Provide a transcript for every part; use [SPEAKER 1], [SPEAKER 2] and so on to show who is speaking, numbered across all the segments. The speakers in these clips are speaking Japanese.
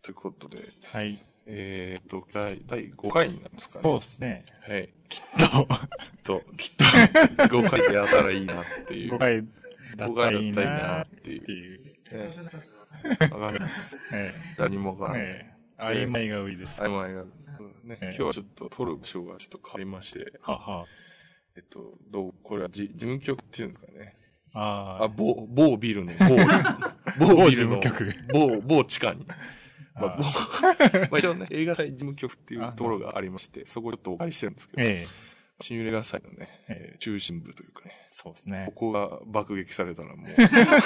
[SPEAKER 1] ということで、
[SPEAKER 2] はい。
[SPEAKER 1] えー、っと、第第5回になりますかね。
[SPEAKER 2] そうです ね。
[SPEAKER 1] はい。
[SPEAKER 2] と、
[SPEAKER 1] きっと、きっと、5回 でやったらいいなっていう。
[SPEAKER 2] 5回だ
[SPEAKER 1] 5
[SPEAKER 2] ったら
[SPEAKER 1] 回
[SPEAKER 2] いい
[SPEAKER 1] だったらいいな
[SPEAKER 2] な
[SPEAKER 1] っ
[SPEAKER 2] って
[SPEAKER 1] いう
[SPEAKER 2] て。いう。
[SPEAKER 1] ええわかります。
[SPEAKER 2] え
[SPEAKER 1] 何もわ
[SPEAKER 2] え
[SPEAKER 1] からない。
[SPEAKER 2] ええ曖昧が売りです。
[SPEAKER 1] 曖
[SPEAKER 2] は
[SPEAKER 1] 昧が。ね、
[SPEAKER 2] ええ
[SPEAKER 1] 今日はちょっと撮る場所がちょっと変わりまして、
[SPEAKER 2] は。
[SPEAKER 1] えっと、どう、これはじ事務局っていうんですかね。
[SPEAKER 2] あー
[SPEAKER 1] あ、某、某ビ ルの、某、某ビルの、
[SPEAKER 2] 某事務局
[SPEAKER 1] 某、某地下に。まあ
[SPEAKER 2] あ、
[SPEAKER 1] 某 まあ一応ね、映画祭事務局っていうところがありまして、そこちょっとお借りしてるんですけど、
[SPEAKER 2] ええ
[SPEAKER 1] 新揺れが祭のね、
[SPEAKER 2] ええ
[SPEAKER 1] 中心部というかね、
[SPEAKER 2] そうです
[SPEAKER 1] こ
[SPEAKER 2] ね。
[SPEAKER 1] こが爆撃されたらもう、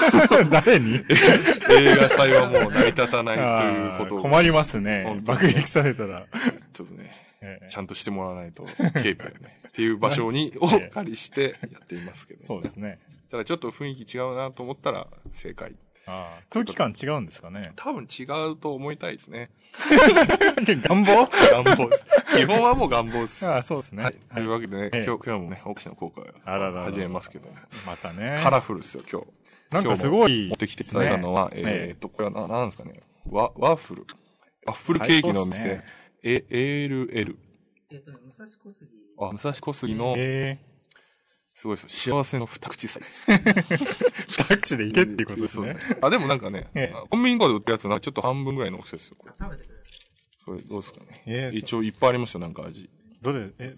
[SPEAKER 2] 誰に
[SPEAKER 1] 映画祭はもう成り立たないということ
[SPEAKER 2] あー
[SPEAKER 1] を、
[SPEAKER 2] 困りますね
[SPEAKER 1] 本。当に
[SPEAKER 2] 爆撃されたら。
[SPEAKER 1] ちょっとね、
[SPEAKER 2] ええ
[SPEAKER 1] ちゃんとしてもらわないと、警備がね、っていう場所に、を
[SPEAKER 2] ええ
[SPEAKER 1] 借りしてやっていますけど、
[SPEAKER 2] そうですね。
[SPEAKER 1] ただちょっと雰囲気違うなと思ったら正解。
[SPEAKER 2] あー空気感違うんですかね
[SPEAKER 1] 多分違うと思いたいですね。
[SPEAKER 2] 願望
[SPEAKER 1] 願望 です。基本はもう願望です。
[SPEAKER 2] あ
[SPEAKER 1] は
[SPEAKER 2] あ、そうですね。
[SPEAKER 1] い。というわけでね、
[SPEAKER 2] ええ
[SPEAKER 1] 今日、今日もね、奥さんの効果
[SPEAKER 2] あらららら
[SPEAKER 1] 始めますけども、
[SPEAKER 2] またね。
[SPEAKER 1] カラフルですよ、今日。
[SPEAKER 2] なんかすご
[SPEAKER 1] 今日も
[SPEAKER 2] い
[SPEAKER 1] 持ってきていただいたのは、
[SPEAKER 2] ね
[SPEAKER 1] えーっと、これはな、なんですかね。ワワッフル。ワッフルケーキのお店
[SPEAKER 2] 最高っすね、
[SPEAKER 1] え、ALL。
[SPEAKER 3] えっとね、武蔵小杉。
[SPEAKER 1] あ、武蔵小杉の、
[SPEAKER 2] ええ
[SPEAKER 1] すごいですよ。幸せの二口サイズ。
[SPEAKER 2] タクシーで行けっていうことです
[SPEAKER 1] そう
[SPEAKER 2] ね。
[SPEAKER 1] あ、でもなんかね、
[SPEAKER 2] ええ
[SPEAKER 1] あコンビニとかで売ってるやつなんかちょっと半分ぐらいの大きさですよ、これ。
[SPEAKER 3] 食べてくれる。
[SPEAKER 1] それどうですかね。
[SPEAKER 2] ええ
[SPEAKER 1] 一応いっぱいありますよ、なんか味。
[SPEAKER 2] どれ、え、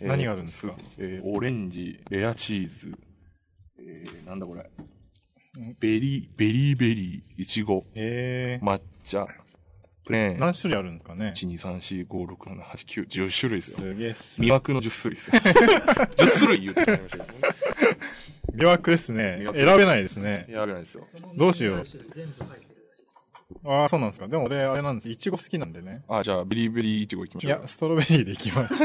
[SPEAKER 2] 何があるんですか
[SPEAKER 1] えーオレンジ、レアチーズ、えー、なんだこれ。ベリー、ベリーベリー、いちご、
[SPEAKER 2] ええ
[SPEAKER 1] 抹茶、プレーン、
[SPEAKER 2] 何種類あるんですかね
[SPEAKER 1] 1、2、3、4、5、6、7、8、9、10種類ですよ。
[SPEAKER 2] すげえっす。
[SPEAKER 1] 魅惑の10種類ですよ。10種類言うてしまいましたけどね。
[SPEAKER 2] 魅惑ですね
[SPEAKER 1] 魅。惑
[SPEAKER 2] 選べないですね。
[SPEAKER 1] やべないですよ。
[SPEAKER 3] その
[SPEAKER 2] どうしよう
[SPEAKER 3] 三つの種類全部入ってるらしいです。
[SPEAKER 2] ああ、そうなんですか。でも俺、あれなんです。いちご好きなんでね。
[SPEAKER 1] あ、じゃあ、ベリーベリーいちごいきまし
[SPEAKER 2] い
[SPEAKER 1] ょう。
[SPEAKER 2] や、ストロベリーでいきます。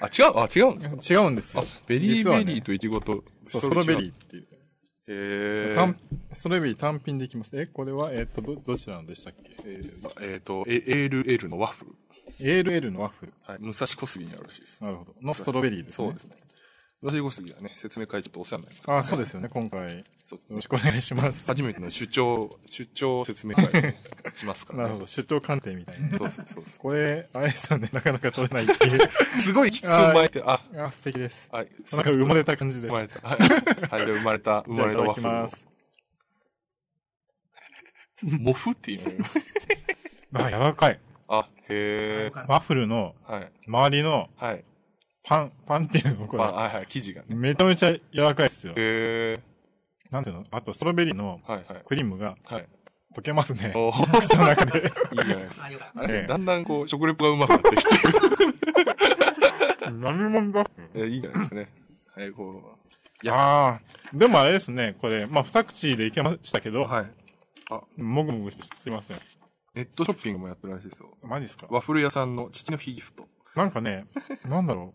[SPEAKER 1] あ、違う、あ、違うんですか
[SPEAKER 2] 違うんです
[SPEAKER 1] あ
[SPEAKER 2] よ。、
[SPEAKER 1] ベリ
[SPEAKER 2] 実
[SPEAKER 1] ー
[SPEAKER 2] は
[SPEAKER 1] ベ
[SPEAKER 2] ね
[SPEAKER 1] リーといちごと、
[SPEAKER 2] そう、ストロベ
[SPEAKER 1] ー
[SPEAKER 2] リーっていう。
[SPEAKER 1] えー、
[SPEAKER 2] 単ストロベリー単品でいきます。え、これは、えっと、ど、どちらのでしたっけ
[SPEAKER 1] えーえーと、え ALL のワッフル。
[SPEAKER 2] ?ALL のワッフル。
[SPEAKER 1] はい。武蔵小杉にあるらしいです。
[SPEAKER 2] なるほど。のストロベリーですね。
[SPEAKER 1] そうですね。武蔵小杉はね、説明会ちょっとお世話になりました。
[SPEAKER 2] ああ、そうですよね。今回、よ
[SPEAKER 1] そう
[SPEAKER 2] ろしくお願いします。
[SPEAKER 1] 初めての主張、出張説明会をねしますからね。
[SPEAKER 2] な るほど。出張鑑定みたいな。
[SPEAKER 1] そうそうそうそ
[SPEAKER 2] これ、あれですよね。なかなか取れないっていう。
[SPEAKER 1] う。すごいきつを巻いて、あ、
[SPEAKER 2] あー素敵です。
[SPEAKER 1] はい。
[SPEAKER 2] なんか生まれた感じです。
[SPEAKER 1] 生まれた。はい。はい、で生まれ た、生
[SPEAKER 2] じゃ
[SPEAKER 1] ま
[SPEAKER 2] あ、
[SPEAKER 1] れ
[SPEAKER 2] い
[SPEAKER 1] た
[SPEAKER 2] ただ
[SPEAKER 1] ワ
[SPEAKER 2] き
[SPEAKER 1] ッフル
[SPEAKER 2] ま
[SPEAKER 1] を
[SPEAKER 2] す。。
[SPEAKER 1] モフっていうの
[SPEAKER 2] あー、柔らかい。
[SPEAKER 1] あ、へえ。
[SPEAKER 2] ワッフルの
[SPEAKER 1] はい。
[SPEAKER 2] 周りの
[SPEAKER 1] はい。
[SPEAKER 2] パン、パンっていうの、こ
[SPEAKER 1] まあ、
[SPEAKER 2] れ。
[SPEAKER 1] はいはい。生地がね。
[SPEAKER 2] めちゃめちゃ柔らかいですよ。
[SPEAKER 1] へえ。
[SPEAKER 2] なんていうのあと、ストロベリーの
[SPEAKER 1] はいはい。
[SPEAKER 2] クリームが
[SPEAKER 1] はい。
[SPEAKER 2] 溶けますね。
[SPEAKER 1] お ー
[SPEAKER 2] 口の中で。
[SPEAKER 1] いいじゃないですか。
[SPEAKER 3] あ、よかっ
[SPEAKER 1] あれ、
[SPEAKER 2] ええ
[SPEAKER 1] だんだんこう、食レポがうまくなってきて。
[SPEAKER 2] 何もんだ
[SPEAKER 1] えいいじゃないですかね。はい、こ
[SPEAKER 2] ああ。でもあれですね、これ、まあ、二口でいけましたけ
[SPEAKER 1] う。
[SPEAKER 2] ど、
[SPEAKER 1] はい。
[SPEAKER 2] もぐもぐしてすいません。
[SPEAKER 1] ネットショッピングもやってるらしいですよ。
[SPEAKER 2] マジですか
[SPEAKER 1] ワッフル屋さんの父の日ギフト。
[SPEAKER 2] なんかね、なんだろ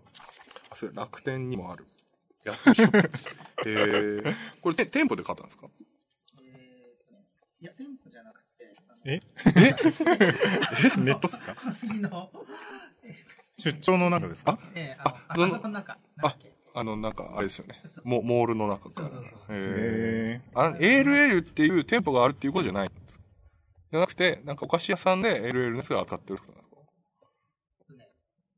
[SPEAKER 1] あ、それ楽天にもある。やっとショ ップ。えー、これて店舗で買ったんですか
[SPEAKER 3] た。えーっとね、いや、店舗じゃなくて、あの
[SPEAKER 2] えう。ネットっすか
[SPEAKER 3] 小杉の、
[SPEAKER 2] 出張の中ですか
[SPEAKER 3] えー、あの、あ
[SPEAKER 1] その
[SPEAKER 3] あそこの中、なんだっけ。
[SPEAKER 1] あの、なんか、あれですよね
[SPEAKER 3] そう。
[SPEAKER 1] モモールの中から
[SPEAKER 3] そうそうそう。
[SPEAKER 1] え
[SPEAKER 2] へえ。
[SPEAKER 1] ー、あの、ALL っていう店舗があるっていうことじゃないんですかじゃなくて、なんかお菓子屋さんで LL のやつが扱ってるってことなんですか
[SPEAKER 3] えっとね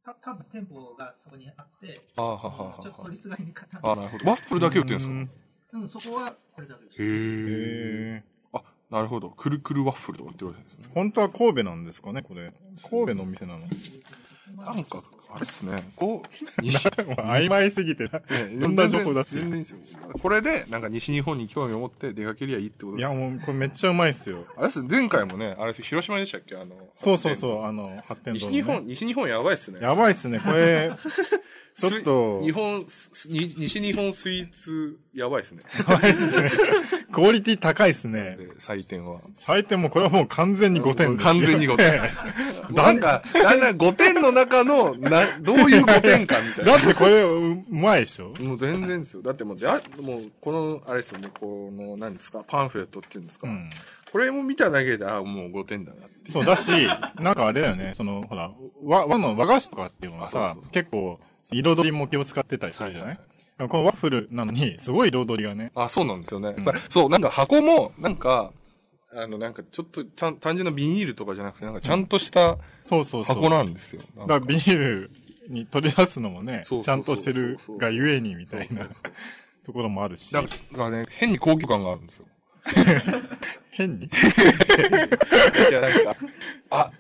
[SPEAKER 3] た多分店舗がそこにあって、
[SPEAKER 1] あーははは
[SPEAKER 3] あのちょっと取りすがりに買ったん
[SPEAKER 1] あー、
[SPEAKER 3] だ
[SPEAKER 1] なるほど。ワッフルだけ売ってるんですか
[SPEAKER 3] けど。うん、そこはこれだけです。
[SPEAKER 1] へえ。
[SPEAKER 2] へえ。
[SPEAKER 1] あ、なるほど。くるくるワッフルとか言ってるわけですね。
[SPEAKER 2] 本当は神戸なんですかね、これ。神戸のお店なの。
[SPEAKER 1] なんか、あれっすね。こう、 西、
[SPEAKER 2] 曖昧すぎてな。どんな情報だって。
[SPEAKER 1] 全然いいですよこれで、なんか西日本に興味を持って出かけりゃいいってこと
[SPEAKER 2] い
[SPEAKER 1] です。
[SPEAKER 2] や、もう、これめっちゃうまいっすよ。
[SPEAKER 1] あれっすね、前回もね、あれっす広島でしたっけあの、
[SPEAKER 2] そうそう
[SPEAKER 1] う。
[SPEAKER 2] そう、あの、発展
[SPEAKER 1] 西
[SPEAKER 2] 堂の
[SPEAKER 1] 日
[SPEAKER 2] ね
[SPEAKER 1] 本、西日本やばいっすね。
[SPEAKER 2] やばいっすね、こ れ。ちょっと
[SPEAKER 1] すい日本、すに西日本スイーツ、やばいっすね。
[SPEAKER 2] やばいっすね。クオリティ高いっすね。
[SPEAKER 1] で採点は。
[SPEAKER 2] 採点もこれはもう完全に5点ですよ
[SPEAKER 1] 完全に5点。なんか、だんだん5点の中の、な、どういう5点かみたいな
[SPEAKER 2] だ。ってこれ、うまいでしょ
[SPEAKER 1] もう全然ですよ。だってもう、じゃあもう、この、あれですよね、この、何ですか、パンフレットっていうんですか。
[SPEAKER 2] うん。
[SPEAKER 1] これも見ただけで、あもう5点だなっていう。
[SPEAKER 2] そうだし、なんかあれだよね、その、ほら、和和の和菓子とかっていうのは
[SPEAKER 1] あ
[SPEAKER 2] さ
[SPEAKER 1] そうそう、
[SPEAKER 2] 結構、彩りも気を使ってたりするじゃない、
[SPEAKER 1] はい
[SPEAKER 2] でもこのワッフルなのに、すごい彩りがね、
[SPEAKER 1] あ、そうなんですよね。そうそう、なんか箱も、なんか、あの、なんか、ちょっと、ちゃん、単純なビニールとかじゃなくて、なんか、ちゃんとした
[SPEAKER 2] そうそうそう。
[SPEAKER 1] 箱なんですよ。なん
[SPEAKER 2] だ
[SPEAKER 1] か
[SPEAKER 2] からビニールに取り出すのもね、
[SPEAKER 1] そうそうそう
[SPEAKER 2] ちゃんとしてるがゆえにみたい
[SPEAKER 1] そ
[SPEAKER 2] な
[SPEAKER 1] う
[SPEAKER 2] ところもあるし、
[SPEAKER 1] だからね、変に高級感があるんですよ。
[SPEAKER 2] 変に。
[SPEAKER 1] じゃあなんか、あ、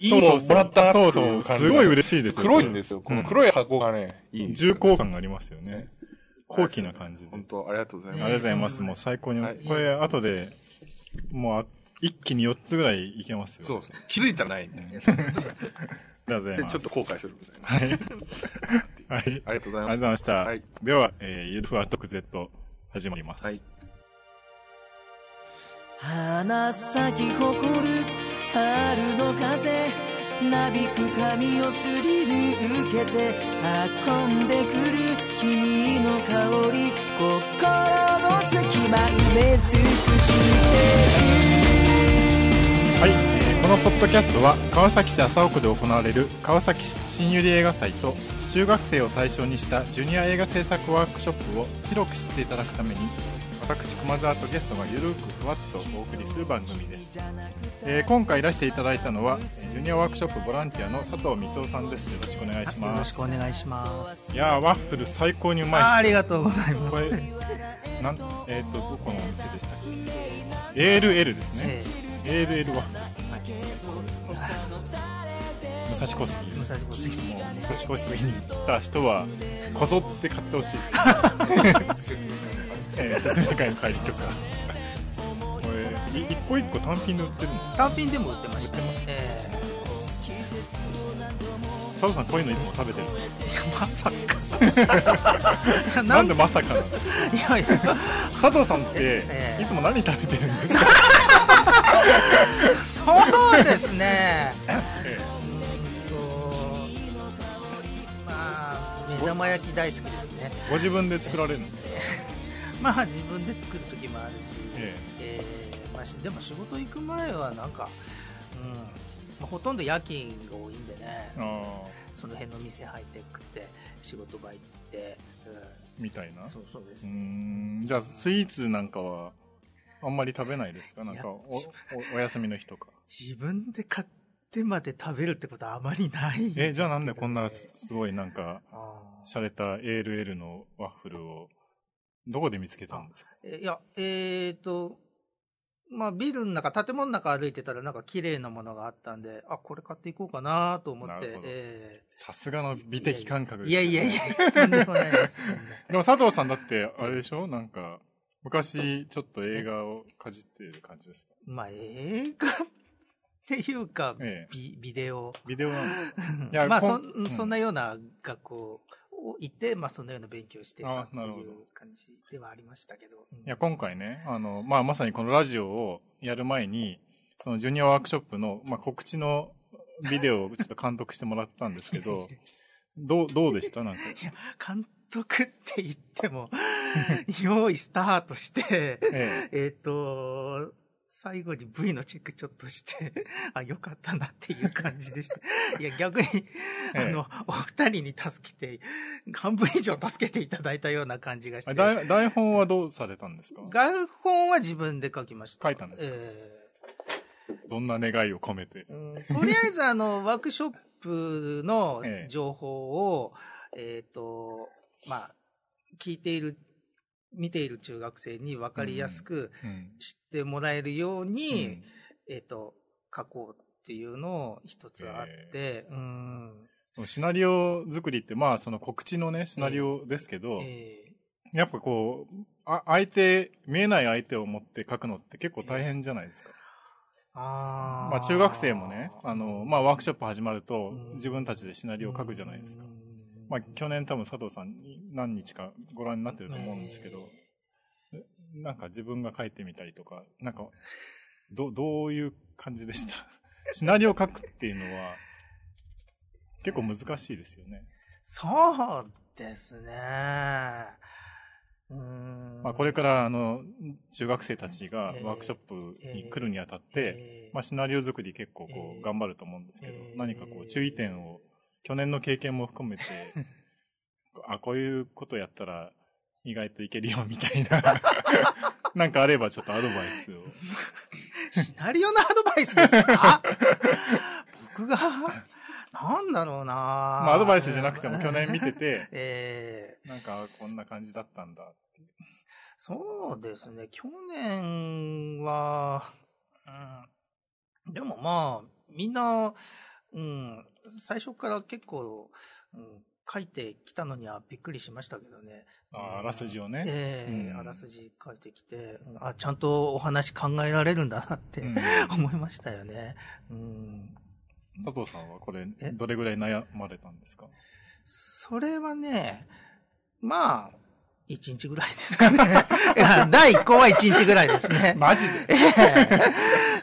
[SPEAKER 1] いい
[SPEAKER 2] そ
[SPEAKER 1] の
[SPEAKER 2] うそう
[SPEAKER 1] もらったなってい
[SPEAKER 2] そううそう。
[SPEAKER 1] 感じ
[SPEAKER 2] すごい嬉しいですよ
[SPEAKER 1] 黒いんですよ。こ
[SPEAKER 2] う
[SPEAKER 1] の
[SPEAKER 2] ん
[SPEAKER 1] 黒い箱がね、いいんです
[SPEAKER 2] 重
[SPEAKER 1] よ
[SPEAKER 2] 厚感がありますよね
[SPEAKER 1] ね。
[SPEAKER 2] 高貴な感じで。あ
[SPEAKER 1] 本
[SPEAKER 2] り
[SPEAKER 1] 当ありがとうござい
[SPEAKER 2] が
[SPEAKER 1] ま
[SPEAKER 2] とう
[SPEAKER 1] す。
[SPEAKER 2] ございます。もう最高に
[SPEAKER 1] はい。
[SPEAKER 2] これ、後で、もうあ、一気に4つぐらいいけますよ。
[SPEAKER 1] そうそう。気づいたらないんで。 で
[SPEAKER 2] ありがとうございます。
[SPEAKER 1] ちょっと後悔するみたいな。
[SPEAKER 2] はい。はい。
[SPEAKER 1] ありがとうございま
[SPEAKER 2] あり
[SPEAKER 1] す。
[SPEAKER 2] がとうございました。
[SPEAKER 1] はい
[SPEAKER 2] では、えー、ゆるふわ特 Z 始まります。
[SPEAKER 1] はい。
[SPEAKER 4] 花咲き誇る春の風なびく髪をすり抜けて運んでくる君の香り心の隙間埋め尽くして
[SPEAKER 2] はい、えーこのポッドキャストは川崎市麻生区で行われる川崎市新百合映画祭と中学生を対象にしたジュニア映画制作ワークショップを広く知っていただくために私熊沢とゲストがゆるくふわっとお送りする番組です、えー今回いらしていただいたのはえージュニアワークショップボランティアの佐藤光雄さんですよろしくお願いし
[SPEAKER 3] よ
[SPEAKER 2] ま
[SPEAKER 3] ろ
[SPEAKER 2] す
[SPEAKER 3] しくお願いします。
[SPEAKER 2] いやーワッフル最高にう
[SPEAKER 3] あー
[SPEAKER 2] ま
[SPEAKER 3] あ
[SPEAKER 2] いっ
[SPEAKER 3] りがとうございますす
[SPEAKER 2] こ。れなんえっ、とどこのお店でしたっけ ALL ですね
[SPEAKER 3] え
[SPEAKER 2] ALL ワッフル
[SPEAKER 3] えはい
[SPEAKER 2] 武蔵小杉
[SPEAKER 3] 武蔵小杉
[SPEAKER 2] もう武蔵小杉に行った人はこぞって買ってほしい です、えー、説明会の帰りとかこれい一個一個単品で売ってるんですか
[SPEAKER 3] 単品でも売ってました。
[SPEAKER 2] 売ってます
[SPEAKER 3] ええ
[SPEAKER 2] 佐藤さんこういうのいつも食べてるんですか
[SPEAKER 3] いやまさ
[SPEAKER 2] な
[SPEAKER 3] か。なんん
[SPEAKER 2] で
[SPEAKER 3] で
[SPEAKER 2] まさかなんですか
[SPEAKER 3] いやいや。
[SPEAKER 2] 佐藤さんって
[SPEAKER 3] ええ
[SPEAKER 2] いつも何食べてるんですか
[SPEAKER 3] そうですね。うんとまあ目玉焼き大好きですね。
[SPEAKER 2] ご自分で作られるんですか、
[SPEAKER 3] まあ自分で作る時もあるし、
[SPEAKER 2] え
[SPEAKER 3] えーまあしでも仕事行く前はなんか、うん、まあほとんど夜勤が多いんでね
[SPEAKER 2] え、あ
[SPEAKER 3] その辺の店入って食って仕事場行って、
[SPEAKER 2] ーみたいな
[SPEAKER 3] うん、そうそうで
[SPEAKER 2] う
[SPEAKER 3] す
[SPEAKER 2] ー
[SPEAKER 3] ね。
[SPEAKER 2] んじゃあスイーツなんかはあんまり食べないですかなんかお
[SPEAKER 3] いや
[SPEAKER 2] おお休みの日とか
[SPEAKER 3] 自分で買ってまで食べるってことはあまりないですけどね、
[SPEAKER 2] えじゃあなんでこんなすすごいなんか
[SPEAKER 3] あー
[SPEAKER 2] 洒落た ALL のワッフルをどこで見つけたんですか
[SPEAKER 3] えいや、えっ、と、まあ、ビルの中、建物の中歩いてたら、なんか綺麗なものがあったんで、あ、これ買っていこうかなと思っ
[SPEAKER 2] なる
[SPEAKER 3] て
[SPEAKER 2] ほ、ど
[SPEAKER 3] え
[SPEAKER 2] さすがの美的感覚
[SPEAKER 3] ー
[SPEAKER 2] です
[SPEAKER 3] いやいやいや、とんでもないです、ね。
[SPEAKER 2] でも佐藤さんだってあれでしょなんか昔ちょっと映画をかじっている感じですか
[SPEAKER 3] まあ、映画っていうか、
[SPEAKER 2] ええ
[SPEAKER 3] ビビデオ。
[SPEAKER 2] ビデオなんですかいや
[SPEAKER 3] まあ
[SPEAKER 2] こ
[SPEAKER 3] そ
[SPEAKER 2] ん
[SPEAKER 3] ん、
[SPEAKER 2] うん
[SPEAKER 3] そんなような学校を行って、まあ、そんなような勉強をしてた
[SPEAKER 2] あ
[SPEAKER 3] ってい
[SPEAKER 2] なるほど
[SPEAKER 3] う感じではありましたけど。うん
[SPEAKER 2] いや今回ねあの、まあ、まさにこのラジオをやる前にそのジュニアワークショップの、まあ、告知のビデオをちょっと監督してもらったんですけ どどうどうでしたなんか
[SPEAKER 3] 監督って言っ ても、用意スタートして、
[SPEAKER 2] え
[SPEAKER 3] えっ、と、最後に V のチェックちょっとして、あ、よかったなっていう感じでした。 いや、逆に、あ
[SPEAKER 2] ええ
[SPEAKER 3] の、お二人に助けて、半分以上助けていただいたような感じがし
[SPEAKER 2] あ
[SPEAKER 3] て。
[SPEAKER 2] 台台本はどうされたんですか
[SPEAKER 3] 台本は自分で書きました。
[SPEAKER 2] 書いたんですか
[SPEAKER 3] え
[SPEAKER 2] どんな願いを込めて
[SPEAKER 3] えうんとりあえず、あの、ワークショップの
[SPEAKER 2] ええ
[SPEAKER 3] 情報を、えっ、と、まあ、聞いている、見ている中学生に分かりやすく
[SPEAKER 2] うん
[SPEAKER 3] 知ってもらえるように、
[SPEAKER 2] うん
[SPEAKER 3] えっ、と、書こうっていうのを一つあって、うん。
[SPEAKER 2] シナリオ作りって、まあ、その告知のね、シナリオですけど、
[SPEAKER 3] え
[SPEAKER 2] やっぱこう、あ相手、見えない相手を持って書くのって結構大変じゃないですか。
[SPEAKER 3] ー、あ
[SPEAKER 2] まあ、中学生もね、あの、まあ、ワークショップ始まると
[SPEAKER 3] う、ん
[SPEAKER 2] 自分たちでシナ
[SPEAKER 3] あ
[SPEAKER 2] リオを書くじゃないですか。。まあ、去年多分佐藤さんに何日かご覧になってると思うんですけど、なんか自分が書いてみたりとか、なんか、ど、どういう感じでしたシナリオを書くっていうのは、結構難しいですよね。
[SPEAKER 3] そうですね。うん。
[SPEAKER 2] まあ、これからあの中学生たちが
[SPEAKER 3] えー
[SPEAKER 2] ワークショップに来るにあたって、
[SPEAKER 3] えー
[SPEAKER 2] まあ、シナリオ作り結構こ
[SPEAKER 3] え
[SPEAKER 2] う
[SPEAKER 3] ー
[SPEAKER 2] 頑張ると思うんですけど、
[SPEAKER 3] えー
[SPEAKER 2] 何かこう注意点を去年の経験も含めて あこういうことやったら 意外といけるよみたいななんかあればちょっとアドバイスを
[SPEAKER 3] シナリオのアドバイスですか僕が、なんだろう
[SPEAKER 2] ま
[SPEAKER 3] なま、
[SPEAKER 2] あ、アドバイスじゃなくても去年見てて
[SPEAKER 3] ええ
[SPEAKER 2] なんか、こんな感じだったんだっていう。
[SPEAKER 3] そうですね、去年は、うん、でもまあ、みんな、うん、最初から結構、うん、書いてきたのにはびっくりしましたけどね。
[SPEAKER 2] あーあらすじをね。
[SPEAKER 3] ええ
[SPEAKER 2] うん
[SPEAKER 3] あらすじ書いてきて、あ、ちゃんとお話考えられるんだなって、
[SPEAKER 2] うん
[SPEAKER 3] 思いましたよね。うん。
[SPEAKER 2] 佐藤さんはこれ、
[SPEAKER 3] え
[SPEAKER 2] どれぐらい悩まれたんですか
[SPEAKER 3] それはね、まあ、一日ぐらいですかね。 いや、第一項は一日ぐらいですね。
[SPEAKER 2] マジで
[SPEAKER 3] ええ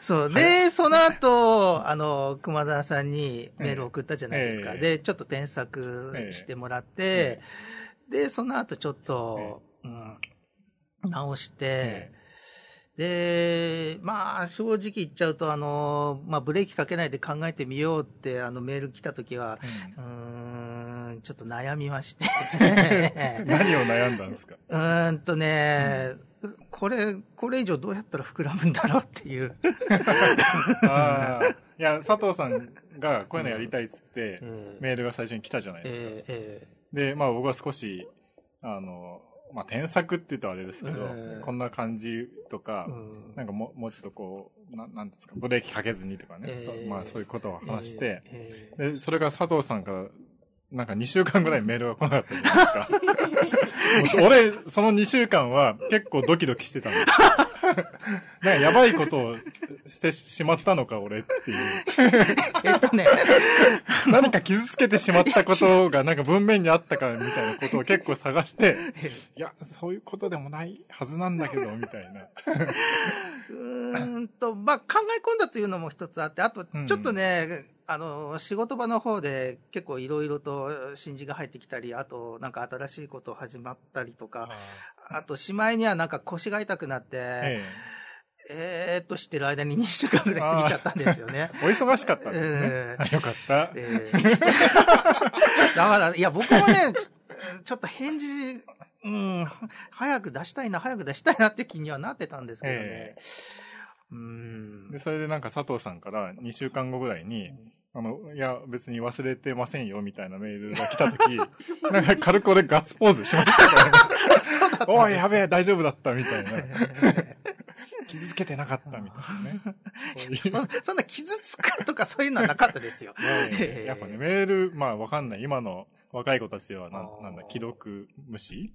[SPEAKER 3] そう。で、その後、あの、熊沢さんにメール送ったじゃないですか。
[SPEAKER 2] ええ
[SPEAKER 3] で、ちょっと添削してもらって、で、その後ちょっと、うん、直して、
[SPEAKER 2] え
[SPEAKER 3] で、まあ、正直言っちゃうと、あの、まあ、ブレーキかけないで考えてみようって、あの、メール来た時は、うーん、ちょっと悩み まして。
[SPEAKER 2] うん何を悩んだんです か
[SPEAKER 3] うーんとね、これ、これ以上どうやったら膨らむんだろうっていう。
[SPEAKER 2] ああ。いや、佐藤さんがこういうのやりたいっつって、
[SPEAKER 3] えー
[SPEAKER 2] メールが最初に来たじゃないですか。
[SPEAKER 3] えーえ
[SPEAKER 2] で、まあ僕は少し、あの、まあ添削って言うとあれですけど、
[SPEAKER 3] ええ
[SPEAKER 2] こんな感じとか、
[SPEAKER 3] ーうん
[SPEAKER 2] なんかもうもうちょっとこう、ななんですか、ブレーキかけずにとかね、
[SPEAKER 3] ええ
[SPEAKER 2] そうまあそういうことを話して、
[SPEAKER 3] えーえ
[SPEAKER 2] で、それが佐藤さんから、なんか2週間ぐらいメールが来なかったじゃない ですか。もう俺、その2週間は結構ドキドキしてた んですよなんかやばいことをしてしまったのか、俺っていう。
[SPEAKER 3] ーえっとね、
[SPEAKER 2] 何か傷つけてしまったことが、なんか文面にあったかみたいなことを結構探 して、いや、そういうことでもないはずなんだけど、みたい な。
[SPEAKER 3] うーんと、まあ、考え込んだというのも一つあって、あと、
[SPEAKER 2] うん
[SPEAKER 3] ちょっとね、あの、仕事場の方で結構いろいろと新人が入ってきたり、あと、なんか新しいこと始まったりとか、あと、しまいにはなんか腰が痛くなって、え
[SPEAKER 2] え
[SPEAKER 3] ーっとしてる間に2週間ぐらい過ぎちゃったんですよね。
[SPEAKER 2] えお忙しかったんですね
[SPEAKER 3] え。
[SPEAKER 2] あよかった。
[SPEAKER 3] ええ だから、いや、僕もね、ちち ょっと返事、うん、早く出したいな、早く出したいなって気にはなってたんですけどね。うん
[SPEAKER 2] で、。それでなんか佐藤さんから2週間後ぐらいに、あの、いや、別に忘れてませんよ、みたいなメールが来た 時なんか軽く俺ガッツポーズしましたからね。おい、やべえ、大丈夫だった、みた いな。傷つけてなかった、みたいなね。 そういう
[SPEAKER 3] そそんな傷つくとかそういうのはなかったで すよ。
[SPEAKER 2] ねやっぱね、メール、まあわかんない。今の若い子たちはな
[SPEAKER 3] あ、ー
[SPEAKER 2] なんだ、既読無視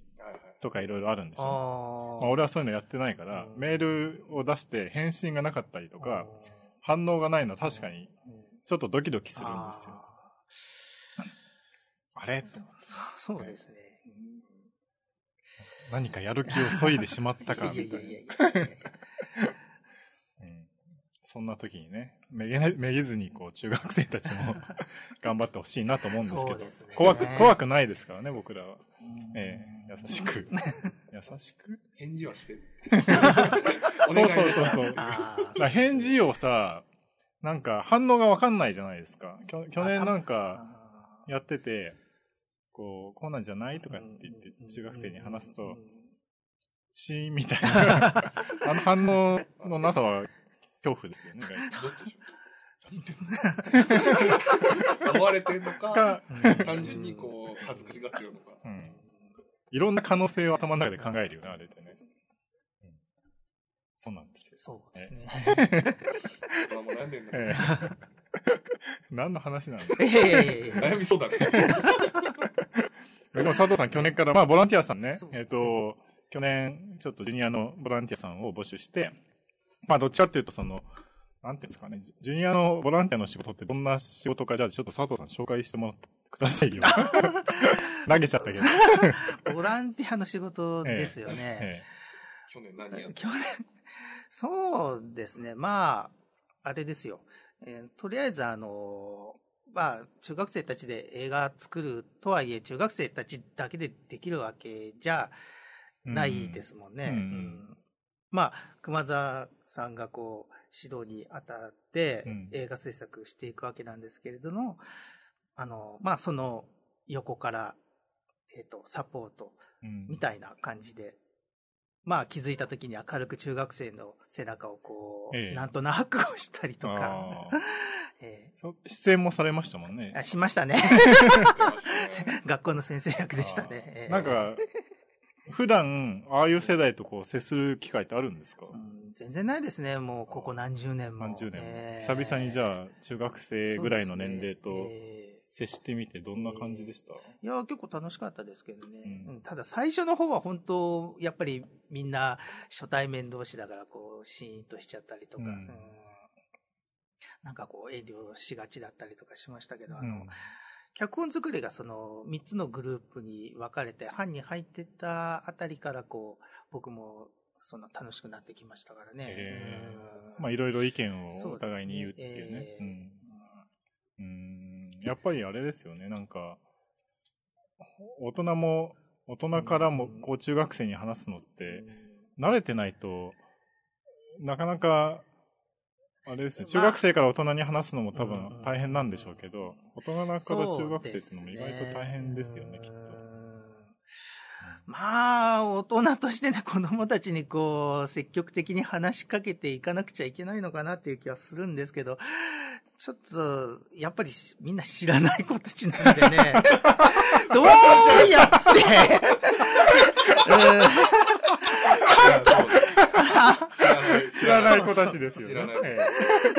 [SPEAKER 2] とかいろいろあるんでし
[SPEAKER 3] あ
[SPEAKER 2] ょ。まあ
[SPEAKER 3] ー
[SPEAKER 2] 俺はそういうのやってないから、メールを出して返信がなかったりとか、反応がないのは確かに、ちょっとドキドキするんですよ。
[SPEAKER 3] あ
[SPEAKER 2] あれと
[SPEAKER 3] ーそそう ですね。
[SPEAKER 2] 何かやる気を削いでしまったか、
[SPEAKER 3] いや
[SPEAKER 2] み
[SPEAKER 3] い
[SPEAKER 2] た
[SPEAKER 3] や
[SPEAKER 2] い
[SPEAKER 3] い
[SPEAKER 2] な
[SPEAKER 3] や。いやいや。
[SPEAKER 2] うんそんな時にね、めげなめげずに、こう、中学生たち も頑張ってほしいなと思うんですけ
[SPEAKER 3] そう
[SPEAKER 2] ど
[SPEAKER 3] ですね、
[SPEAKER 2] 怖く、怖くないですからね、僕らは。ええ優し く。優しく
[SPEAKER 1] 返事はしてる。
[SPEAKER 2] そうそうそうそう。だか
[SPEAKER 3] あー
[SPEAKER 2] ら返事をさ、なんか反応がわかんないじゃないですか。きょ去年なんか
[SPEAKER 3] あ
[SPEAKER 2] やってて、こう、こうなんじゃないと
[SPEAKER 3] ー
[SPEAKER 2] かって言って中学生に話す
[SPEAKER 3] うんうん
[SPEAKER 2] と
[SPEAKER 3] う、ん
[SPEAKER 2] チーンみたい な。あの反応のなさは恐怖ですよね。
[SPEAKER 1] どっちでし ょう追われてるのか、
[SPEAKER 2] か、
[SPEAKER 1] 単純にこう、恥ずかしがってるのか。
[SPEAKER 2] うん。いろんな可能性を頭の中で考えるよね、あれってね。うんそうなんですよ。
[SPEAKER 3] そうですね。
[SPEAKER 1] 大人も悩んでんだけ
[SPEAKER 2] え え何の話なんだ
[SPEAKER 3] いやいやいやいや
[SPEAKER 1] ど。悩みそうだね。
[SPEAKER 2] でも佐藤さん、去年から、まあ、ボランティアさんね
[SPEAKER 3] そう、
[SPEAKER 2] えっ、と、去年、ちょっとジュニアのボランティアさんを募集して、まあ、どっちかっていうと、その、なんていうんですかね、ジュジュニアのボランティアの仕事ってどんな仕事か、じゃあ、ちょっと佐藤さん紹介してもらってくださ いよ。投げちゃったけど。
[SPEAKER 3] ボランティアの仕事ですよね。
[SPEAKER 2] え
[SPEAKER 1] 去年何やった
[SPEAKER 3] 去年、そうですね。まあ、あれですよ。えーとりあえず、あのーまあ、中学生たちで映画作るとはいえ、中学生たちだけでできるわけじゃ
[SPEAKER 2] え
[SPEAKER 3] ないで。すもんね。
[SPEAKER 2] うんうん
[SPEAKER 3] うんまあ、熊沢さんがこう、指導に当たって
[SPEAKER 2] うん
[SPEAKER 3] 映画制作していくわけなんですけれども、あの、まあ、その横から、えっ、と、サポート
[SPEAKER 2] うん
[SPEAKER 3] みたいな感じでまあ気づいた時に明るく中学生の背中をこう、
[SPEAKER 2] ええ
[SPEAKER 3] なんとなく押したりとか、
[SPEAKER 2] あー
[SPEAKER 3] え
[SPEAKER 2] そう出演もされましたもんね
[SPEAKER 3] えあ。しましたね。 学校の先生役でしたね。ええ
[SPEAKER 2] なん、 か、普段、ああいう世代とこう接する機会ってあるんですか
[SPEAKER 3] うん全然ないですね、もうここ何十年も。
[SPEAKER 2] 何十年も
[SPEAKER 3] ええ
[SPEAKER 2] 久々にじゃあ、中学生ぐらいの年齢
[SPEAKER 3] そう
[SPEAKER 2] と
[SPEAKER 3] ですねええ
[SPEAKER 2] 接してみてどんな感じでした
[SPEAKER 3] いや、結構楽しかったですけどね。
[SPEAKER 2] うん
[SPEAKER 3] うんただ最初の方は本当、やっぱりみんな初対面同士だから、こう、シーンとしちゃったりとか、
[SPEAKER 2] うん
[SPEAKER 3] うんなんかこう、遠慮しがちだったりとかしましたけど、あ
[SPEAKER 2] う
[SPEAKER 3] の、
[SPEAKER 2] ん
[SPEAKER 3] 脚本作りがその3つのグループに分かれて、班に入ってたあたりから、こう、僕もそんな楽しくなってきましたからね。
[SPEAKER 2] へ
[SPEAKER 3] うん
[SPEAKER 2] まあ、いろいろ意見を
[SPEAKER 3] そうですね
[SPEAKER 2] お互いに言うっていうね。
[SPEAKER 3] ええ
[SPEAKER 2] うんうんやっぱりあれですよね、なんか、大人も、大人からも
[SPEAKER 3] うん、
[SPEAKER 2] こう、中学生に話すのっ
[SPEAKER 3] う
[SPEAKER 2] て
[SPEAKER 3] ん、
[SPEAKER 2] 慣れてないと、なかなか、あれですね、
[SPEAKER 3] まあ
[SPEAKER 2] 中学生から大人に話すのも多
[SPEAKER 3] うんうん
[SPEAKER 2] 分大変なんでしょうけど、大人から中学生ってのも意外と大変ですよね、
[SPEAKER 3] そう
[SPEAKER 2] き
[SPEAKER 3] で
[SPEAKER 2] っ
[SPEAKER 3] す
[SPEAKER 2] と
[SPEAKER 3] ね。まあ、大人としてね、子供たちにこう、積極的に話しかけていかなくちゃいけないのかなっていう気はするんですけど、ちょっと、やっぱりしみんな知らない子たちなんでね、 どうやって、うん
[SPEAKER 5] 知らない。
[SPEAKER 2] 知らない子たちですよ
[SPEAKER 5] 知ら
[SPEAKER 2] ね
[SPEAKER 5] ない。
[SPEAKER 2] え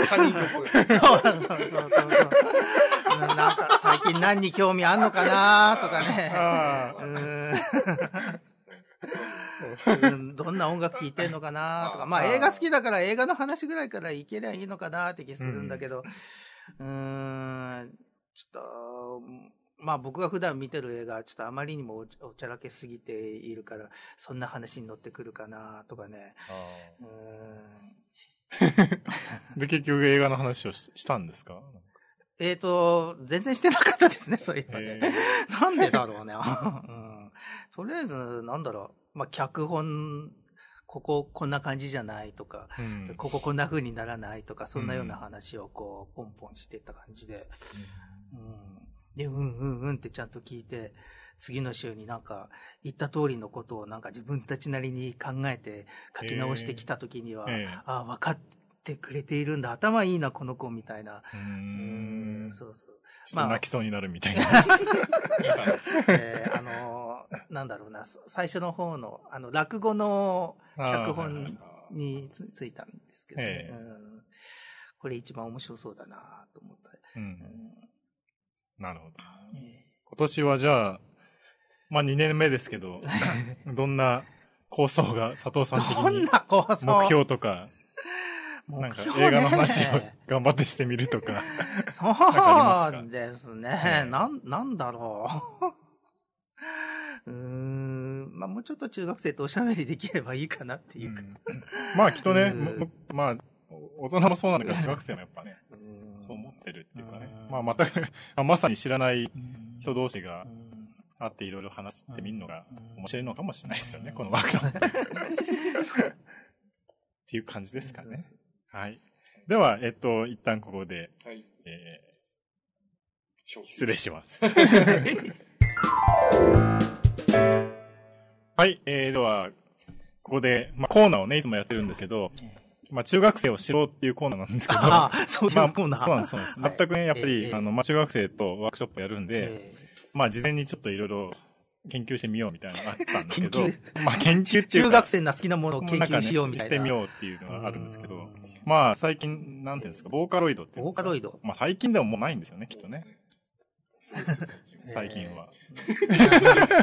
[SPEAKER 5] 他人の子です。
[SPEAKER 3] そうそうそうそうそう。なんか、最近何に興味あんのかなとか
[SPEAKER 2] え
[SPEAKER 3] ね。
[SPEAKER 2] あ
[SPEAKER 3] う
[SPEAKER 2] あ
[SPEAKER 3] んうんどんな音楽聴いてんのかなとか、まあ
[SPEAKER 2] あー
[SPEAKER 3] 映画好きだから映画の話ぐらいからいけりゃいいのかなって気するんだけど、うーん、ちょっと、まあ僕が普段見てる映画はちょっとあまりにもおちおちゃらけすぎているから、そんな話に乗ってくるかなとかね。うーん
[SPEAKER 2] で、結局映画の話をししたんですか
[SPEAKER 3] えっ、と、全然してなかったですね、そういえばね
[SPEAKER 2] え。え
[SPEAKER 3] なんでだろうね、 うん。とりあえず、なんだろう。まあ、脚本、こここんな感じじゃないとか、
[SPEAKER 2] うん
[SPEAKER 3] こここんな風にならないとか、そんなような話をこう、ポンポンしてった感じで。うん。で、うんうんうんってちゃんと聞いて、次の週になんか、言った通りのことをなんか自分たちなりに考えて書き直してきた時には、
[SPEAKER 2] ええ
[SPEAKER 3] ああ、分かってくれているんだ。頭いいな、この子、みたいな。
[SPEAKER 2] うー。
[SPEAKER 3] うん
[SPEAKER 2] ちょ
[SPEAKER 3] そうそう。
[SPEAKER 2] っと泣きそうになるみたいな。
[SPEAKER 3] えーあのーなんだろうな、そ最初の方の、あの、落語の脚
[SPEAKER 2] ああはいはい
[SPEAKER 3] 本につついたんですけどね、
[SPEAKER 2] ええ
[SPEAKER 3] うんこれ一番面白そうだなと思った。
[SPEAKER 2] う
[SPEAKER 3] うんん
[SPEAKER 2] なるほど。
[SPEAKER 3] え
[SPEAKER 2] 今年はじゃあ、まあ2年目ですけど、 どんな構想が佐藤さん的
[SPEAKER 3] ーどん
[SPEAKER 2] に
[SPEAKER 3] な構想
[SPEAKER 2] 目標とか、
[SPEAKER 3] 目
[SPEAKER 2] なんか
[SPEAKER 3] 標ね
[SPEAKER 2] 映画の話を頑張ってしてみると か。かあ
[SPEAKER 3] そ
[SPEAKER 2] り
[SPEAKER 3] うですね。
[SPEAKER 2] ええ
[SPEAKER 3] なん、なんだろう。うー ん、まあもうちょっと中学生とおしゃべりできればいいかなっていうか。
[SPEAKER 2] まあきっとね、
[SPEAKER 3] うん
[SPEAKER 2] むむまあ、大人もそうなんだけど、中学生もやっぱね、
[SPEAKER 3] うん
[SPEAKER 2] そう思ってるっていうかね
[SPEAKER 3] う。ん
[SPEAKER 2] まあ またあ、まさに知らない
[SPEAKER 3] うん
[SPEAKER 2] 人同士が
[SPEAKER 3] うん
[SPEAKER 2] 会っていろいろ話してみるのが
[SPEAKER 3] うん
[SPEAKER 2] 面白いのかもしれないですよね、このワークショ ップ。っていう感じですかね。はい。では、えっと、一旦ここで、
[SPEAKER 5] はい。
[SPEAKER 2] えー失礼します。 はい、えー、では、ここで、まあ、コーナーをね、いつもやってるんですけど、まあ、中学生を知ろうっていうコーナーなんですけど、
[SPEAKER 3] ああ、そういう
[SPEAKER 2] まあ
[SPEAKER 3] コーナー。
[SPEAKER 2] そうなんです、そうなんです。
[SPEAKER 3] はい
[SPEAKER 2] 全くね、やっぱり、
[SPEAKER 3] ええ
[SPEAKER 2] あの、まあ、中学生とワークショップをやるんで、
[SPEAKER 3] ええ
[SPEAKER 2] まあ事前にちょっといろいろ研究してみようみたいなのがあったんですけど
[SPEAKER 3] 研、
[SPEAKER 2] まあ研究っていう
[SPEAKER 3] 中
[SPEAKER 2] か
[SPEAKER 3] 学生の好きなものを研
[SPEAKER 2] もうなんか
[SPEAKER 3] 究
[SPEAKER 2] ね
[SPEAKER 3] しようみたいな。
[SPEAKER 2] してみようっていうのがあるんですけ
[SPEAKER 3] う
[SPEAKER 2] ど
[SPEAKER 3] ん、
[SPEAKER 2] まあ最近、なんていうんですか、ボーカロイドっていうんで
[SPEAKER 3] ボー
[SPEAKER 2] すか
[SPEAKER 3] カロ イド。
[SPEAKER 2] まあ最近でももうないんですよね、きっと ね。最近は。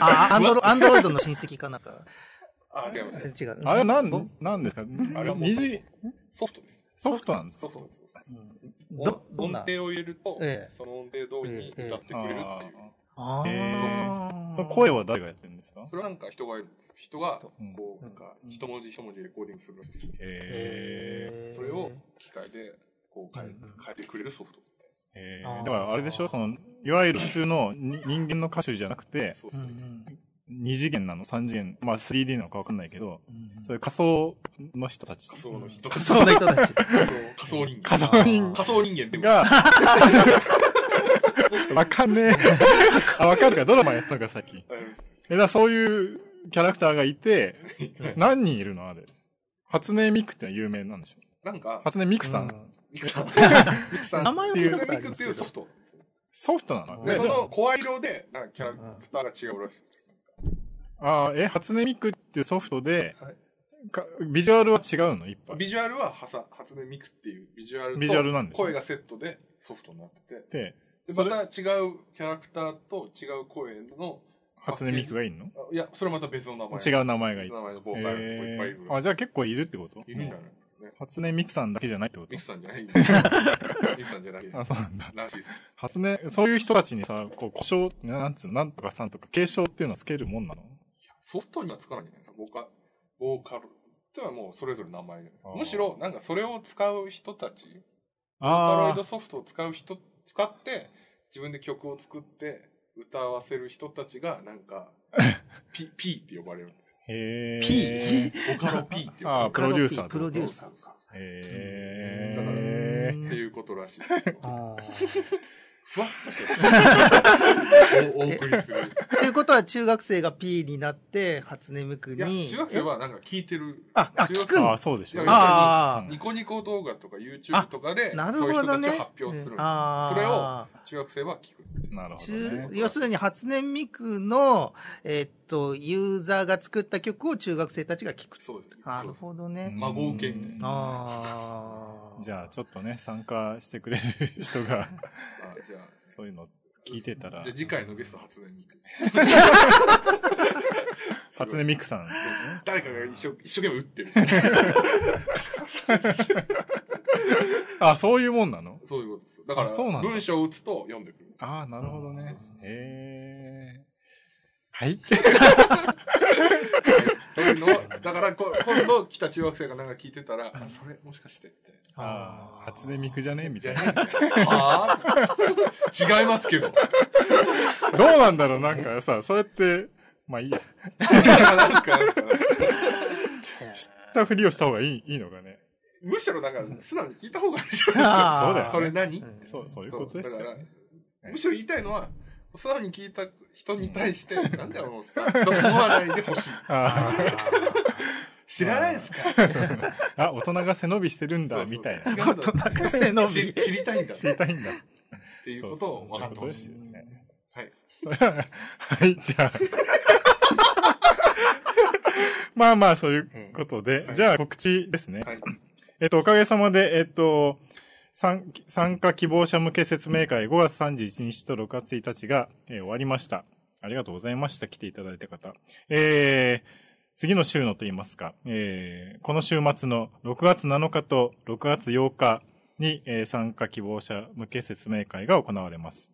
[SPEAKER 3] あ、アンドロ、アンドロイドの親戚かなんか。
[SPEAKER 5] あ、違います。
[SPEAKER 3] 違う。
[SPEAKER 2] あれはな
[SPEAKER 3] ど
[SPEAKER 2] ん、なんですか
[SPEAKER 5] あれはもう
[SPEAKER 2] 二次、
[SPEAKER 5] ソフトです。
[SPEAKER 2] ソフトなんです
[SPEAKER 5] ソフトです。
[SPEAKER 3] ど、どん
[SPEAKER 5] 音
[SPEAKER 3] な
[SPEAKER 5] 程を入れると
[SPEAKER 3] ええ、
[SPEAKER 5] その音程通りに歌ってく
[SPEAKER 2] あ
[SPEAKER 5] れるっていう。
[SPEAKER 2] ー
[SPEAKER 3] あー
[SPEAKER 2] その声は誰がやってるんですか
[SPEAKER 5] それはなんか人がいるんです。人が、こ
[SPEAKER 3] う
[SPEAKER 5] う、
[SPEAKER 3] ん
[SPEAKER 5] なんか、一文字一文字レコーディングするらしいですよ。
[SPEAKER 2] えー
[SPEAKER 5] それを機械で、こう変え
[SPEAKER 3] うんうん、
[SPEAKER 5] 変えてくれるソフト。
[SPEAKER 2] え
[SPEAKER 3] あ
[SPEAKER 2] ー。だ
[SPEAKER 3] ー
[SPEAKER 2] からあれでしょその、いわゆる普通のに人間の歌手じゃなくて、
[SPEAKER 5] そう
[SPEAKER 3] う
[SPEAKER 5] そ
[SPEAKER 3] んう
[SPEAKER 5] うん
[SPEAKER 2] 二次元なの三次元、まあ 3D なのかわかんないけど、
[SPEAKER 3] うん
[SPEAKER 2] そういう仮想の人たち。
[SPEAKER 5] 仮想の人。
[SPEAKER 3] 仮
[SPEAKER 5] 仮
[SPEAKER 3] 想の人たち。
[SPEAKER 5] 想仮想人間。
[SPEAKER 2] 仮想人
[SPEAKER 5] 仮想人間ってこと
[SPEAKER 2] が、わかんねえ。あ、わかるか、ドラマやったのか、さっき。え、だからそういうキャラクターが いて、何人いるのあれ。初音ミクってのは有名なんでしょ
[SPEAKER 1] なんか、
[SPEAKER 2] 初音ミクさん、
[SPEAKER 1] ミクさ ん。ミクさん。
[SPEAKER 3] 名前を聞いたことあ
[SPEAKER 1] ミ
[SPEAKER 3] り
[SPEAKER 1] ク
[SPEAKER 3] ま
[SPEAKER 1] っ
[SPEAKER 3] す
[SPEAKER 1] て
[SPEAKER 3] け
[SPEAKER 1] いう
[SPEAKER 3] ど
[SPEAKER 1] ソフト。
[SPEAKER 2] ソフトなの
[SPEAKER 1] で、
[SPEAKER 2] で
[SPEAKER 1] そ
[SPEAKER 2] で
[SPEAKER 1] の声色で、なんかキャラクターが違うらしいです。
[SPEAKER 2] あーえ、初音ミクっていうソフトで、
[SPEAKER 1] はい
[SPEAKER 2] かビジュアルは違うのいっぱい。
[SPEAKER 1] ビジュアルははさ初音ミクっていうビジュアル
[SPEAKER 2] ビジュアルなんで
[SPEAKER 1] と
[SPEAKER 2] すね
[SPEAKER 1] 声がセットでソフトになってて、
[SPEAKER 2] で、
[SPEAKER 1] で
[SPEAKER 2] そ
[SPEAKER 1] また違
[SPEAKER 2] れ
[SPEAKER 1] うキャラクターと違う声の、
[SPEAKER 2] 初音ミクがいるの
[SPEAKER 1] あいや、それまた別の名前。
[SPEAKER 2] 違う名前がいる
[SPEAKER 1] 名。前のボーカルもいっぱいい
[SPEAKER 2] え
[SPEAKER 1] る
[SPEAKER 2] ー、あ、じゃあ結構いるってこと
[SPEAKER 1] いるんじゃないね。
[SPEAKER 2] 初音ミクさんだけじゃないってこ
[SPEAKER 1] ミク
[SPEAKER 2] と
[SPEAKER 1] さんじゃない。 ミクさんじゃない。
[SPEAKER 2] あ、そうなんだ。
[SPEAKER 1] らしいです。
[SPEAKER 2] 初音、そういう人たちにさ、こう、故障、なんつうの、なんとかさんとか、継承っていうのはつけるもんなの
[SPEAKER 1] ソフトにはつかないんじゃないですか。ボーカボーカルってはもうそれぞれ名前で
[SPEAKER 2] あー
[SPEAKER 1] むしろ、なんかそれを使う人たち、ボーカロイ
[SPEAKER 2] あ
[SPEAKER 1] ドソフトを使う人、使って、自分で曲を作って、歌わせる人たちが、なん か、P、P って呼ばれるんですよ。
[SPEAKER 2] ー。へー。
[SPEAKER 3] P
[SPEAKER 1] ボカロ P って呼
[SPEAKER 2] あ
[SPEAKER 1] ば
[SPEAKER 2] ー
[SPEAKER 1] れる。
[SPEAKER 2] プロデューサー
[SPEAKER 3] プロデューサーか。
[SPEAKER 2] へー。
[SPEAKER 1] っていうことら しいですよ。
[SPEAKER 3] あ
[SPEAKER 1] ふわっとしてる おお送りする。
[SPEAKER 3] ーということは中学生が P になって初音ミク
[SPEAKER 1] いや、
[SPEAKER 3] に
[SPEAKER 1] 中学生はなんか聞いてる。
[SPEAKER 3] ああ
[SPEAKER 1] 中学
[SPEAKER 3] 聞くん
[SPEAKER 2] あ
[SPEAKER 3] だ
[SPEAKER 2] あ、そうでしょ
[SPEAKER 1] い。や
[SPEAKER 3] あ
[SPEAKER 2] うん
[SPEAKER 1] ニコニコ動画とか YouTube とかで
[SPEAKER 3] あ、なる
[SPEAKER 1] そういう
[SPEAKER 3] ほ
[SPEAKER 1] 人
[SPEAKER 3] ど
[SPEAKER 1] たち
[SPEAKER 3] ね
[SPEAKER 1] を発表するんです。
[SPEAKER 3] あー
[SPEAKER 1] それを中学生は聞く。
[SPEAKER 2] なるほど
[SPEAKER 3] 中
[SPEAKER 2] ね。
[SPEAKER 3] 要するに初音ミクの、えっとユーザーが作った曲を中学生たちが聴く
[SPEAKER 1] そうです。
[SPEAKER 3] な
[SPEAKER 1] そ
[SPEAKER 3] る
[SPEAKER 1] うです
[SPEAKER 3] ほどね、
[SPEAKER 1] 孫受けみたい
[SPEAKER 2] うん
[SPEAKER 3] ああ
[SPEAKER 2] じゃあ、ちょっとね、参加してくれる人が、
[SPEAKER 1] あじゃ
[SPEAKER 2] そういうの聞いてた
[SPEAKER 1] あ、
[SPEAKER 2] ら
[SPEAKER 1] じゃあ、次回のゲスト初音ミク。
[SPEAKER 2] 初音ミクさん。
[SPEAKER 1] 誰かが一生一生懸命打ってる。
[SPEAKER 2] あ、そういうもんなの
[SPEAKER 1] そういうことです。だから
[SPEAKER 2] あそうなんだ
[SPEAKER 1] 文章を打つと読んでくる。
[SPEAKER 2] ああ、なるほどね。へえ。はい。
[SPEAKER 1] そういうのをだからこ今度来た中学生がなんか聞いてたら、あそれもしかしてって。
[SPEAKER 2] ああ、初音ミクじゃねみ
[SPEAKER 1] じ
[SPEAKER 2] た
[SPEAKER 1] ゃ
[SPEAKER 2] い
[SPEAKER 1] あ
[SPEAKER 2] な。
[SPEAKER 1] はぁ違いますけど。
[SPEAKER 2] どうなんだろうなんかさ、そうやって、まあいいや。
[SPEAKER 1] なんすかなんすか
[SPEAKER 2] 知ったふりをした方がいいいいのかね。
[SPEAKER 1] むしろなんか素直に聞いた方がいいじゃない
[SPEAKER 3] あー
[SPEAKER 2] そうだよ
[SPEAKER 1] それ何
[SPEAKER 3] ん
[SPEAKER 2] そう、そういう
[SPEAKER 1] そ
[SPEAKER 2] ことです
[SPEAKER 1] だ
[SPEAKER 2] よ
[SPEAKER 1] か
[SPEAKER 2] ね。
[SPEAKER 1] らむしろ言いたいのは、素直に聞いた人に対して、なんでもうさ、と思わないでほしい。
[SPEAKER 2] あ
[SPEAKER 1] 知らないですか
[SPEAKER 2] あ、あ大人が背伸びしてるんだ、みたいな。
[SPEAKER 1] な。こと
[SPEAKER 3] なんか背伸び
[SPEAKER 1] 知知りたいんだ。っ
[SPEAKER 2] 知りたいんだ。
[SPEAKER 1] ていうことを分かってほしい。
[SPEAKER 2] そうそうそういうこと
[SPEAKER 1] はい。
[SPEAKER 2] ですよね。それははい、じ ゃあ。まあまあ、そういうことで。じゃあ、告知ですね。
[SPEAKER 1] はい。
[SPEAKER 2] えっと、おかげさまで、えっと、参参加希望者向け説明会5月31日と6月1日が、えー終わりました。ありがとうございました。来ていただいた方。えー、次の週のと言いますか、えー、この週末の6月7日と6月8日に、えー参加希望者向け説明会が行われます。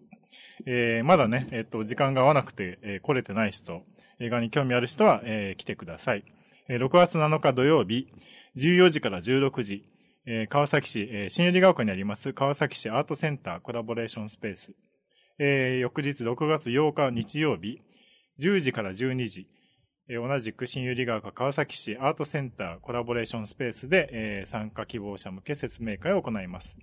[SPEAKER 2] えーまだね、えっと、時間が合わなくて、えー来れてない人、映画に興味ある人は、えー来てください。えー6月7日土曜日、14時から16時、えー川崎市、えー新百合ヶ丘にあります川崎市アートセンターコラボレーションスペース。えー翌日6月8日日曜日、10時から12時、えー同じく新百合ヶ丘川崎市アートセンターコラボレーションスペースで、えー参加希望者向け説明会を行います。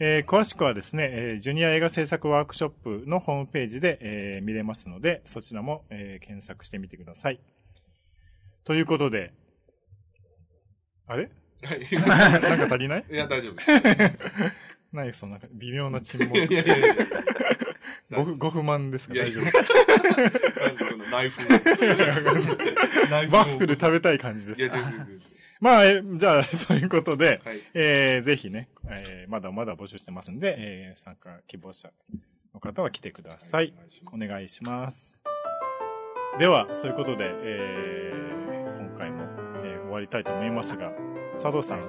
[SPEAKER 2] えー詳しくはですね、えージュニア映画制作ワークショップのホームページで、えー見れますので、そちらも、えー検索してみてください。ということで、あれ
[SPEAKER 1] はい
[SPEAKER 2] なんか足りない
[SPEAKER 1] いや、大丈夫です。
[SPEAKER 2] ないそのなんか微妙な沈
[SPEAKER 1] いやい
[SPEAKER 2] 黙。
[SPEAKER 1] やいやいや。
[SPEAKER 2] ごふご不満ですか
[SPEAKER 1] いや
[SPEAKER 2] 大
[SPEAKER 1] い
[SPEAKER 2] 丈
[SPEAKER 1] や
[SPEAKER 2] 夫。
[SPEAKER 1] なんかこのナ イフを。ナイ
[SPEAKER 2] ワッフル
[SPEAKER 1] い
[SPEAKER 2] 食べたい感じです
[SPEAKER 1] や、全
[SPEAKER 2] か。
[SPEAKER 1] 然全然。
[SPEAKER 2] まあ、えじゃあ、 そういうことで、
[SPEAKER 1] はい。
[SPEAKER 2] えーぜひね、えーまだまだ募集してますんで、えー参加希望者の方は来てください。お願いします。では、そういうことで、えー今回も、えー終わりたいと思いますが、佐藤さん、え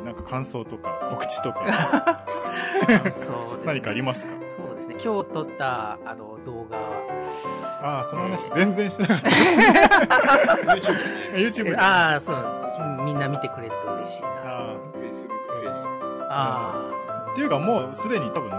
[SPEAKER 2] ーなんか感想とか告知 とか
[SPEAKER 3] そうですね
[SPEAKER 2] 何かありますか
[SPEAKER 3] そうですね今日撮ったあの動画
[SPEAKER 2] ああ、その話全然しなか った。YouTube で。あ
[SPEAKER 3] ああそうみんな見てくれると嬉しいなあ
[SPEAKER 2] あ。
[SPEAKER 1] Facebook ページ。
[SPEAKER 3] あー
[SPEAKER 2] っていうかもうすでに多分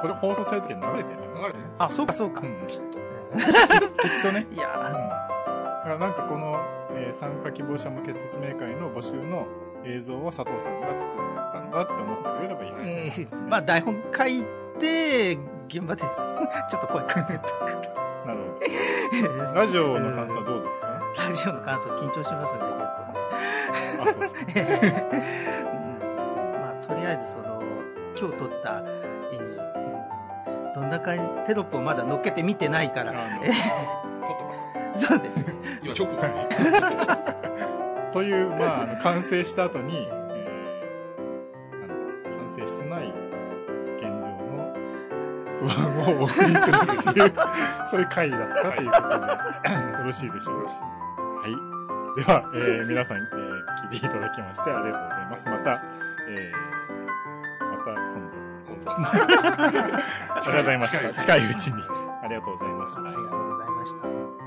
[SPEAKER 2] これ放送されてる時に流れてる
[SPEAKER 1] 流れてる
[SPEAKER 3] あそうかそうか、
[SPEAKER 2] うん、きっと、
[SPEAKER 3] きっと ねい
[SPEAKER 2] うん、だ
[SPEAKER 3] や
[SPEAKER 2] からなんかこの、えー参加希望者向け説明会の募集の映像を佐藤さんが作ったんだって思ってくれればいいです
[SPEAKER 3] え
[SPEAKER 2] ね、
[SPEAKER 3] ーまあ台本書いて現場です ちょっと声かけた
[SPEAKER 2] なるほどラジオの感想はどうですか
[SPEAKER 3] ラジオの感想緊張しますね、
[SPEAKER 2] あ、そうです ね。
[SPEAKER 3] 結構ね。うん、まあ、とりあえずその、今日撮った絵に、うん、どんな感じ、テロップをまだ乗っけて見てないか
[SPEAKER 2] あ
[SPEAKER 3] ら、
[SPEAKER 2] の
[SPEAKER 5] 撮ったばっか
[SPEAKER 3] そうですね。
[SPEAKER 5] り今直 後
[SPEAKER 2] という、まああの、完成した後に、えーなんだ完成してない現状の不安をお送りするという、そういう回だったということで、よろしいでしょうか。はい。では、えー皆さん、えー聞いていただきましてありがとうございます。また、えーまた今度。ありがとうございました。近いうちに。ありがとうございまし
[SPEAKER 3] あ
[SPEAKER 2] た
[SPEAKER 3] り。がとうございました。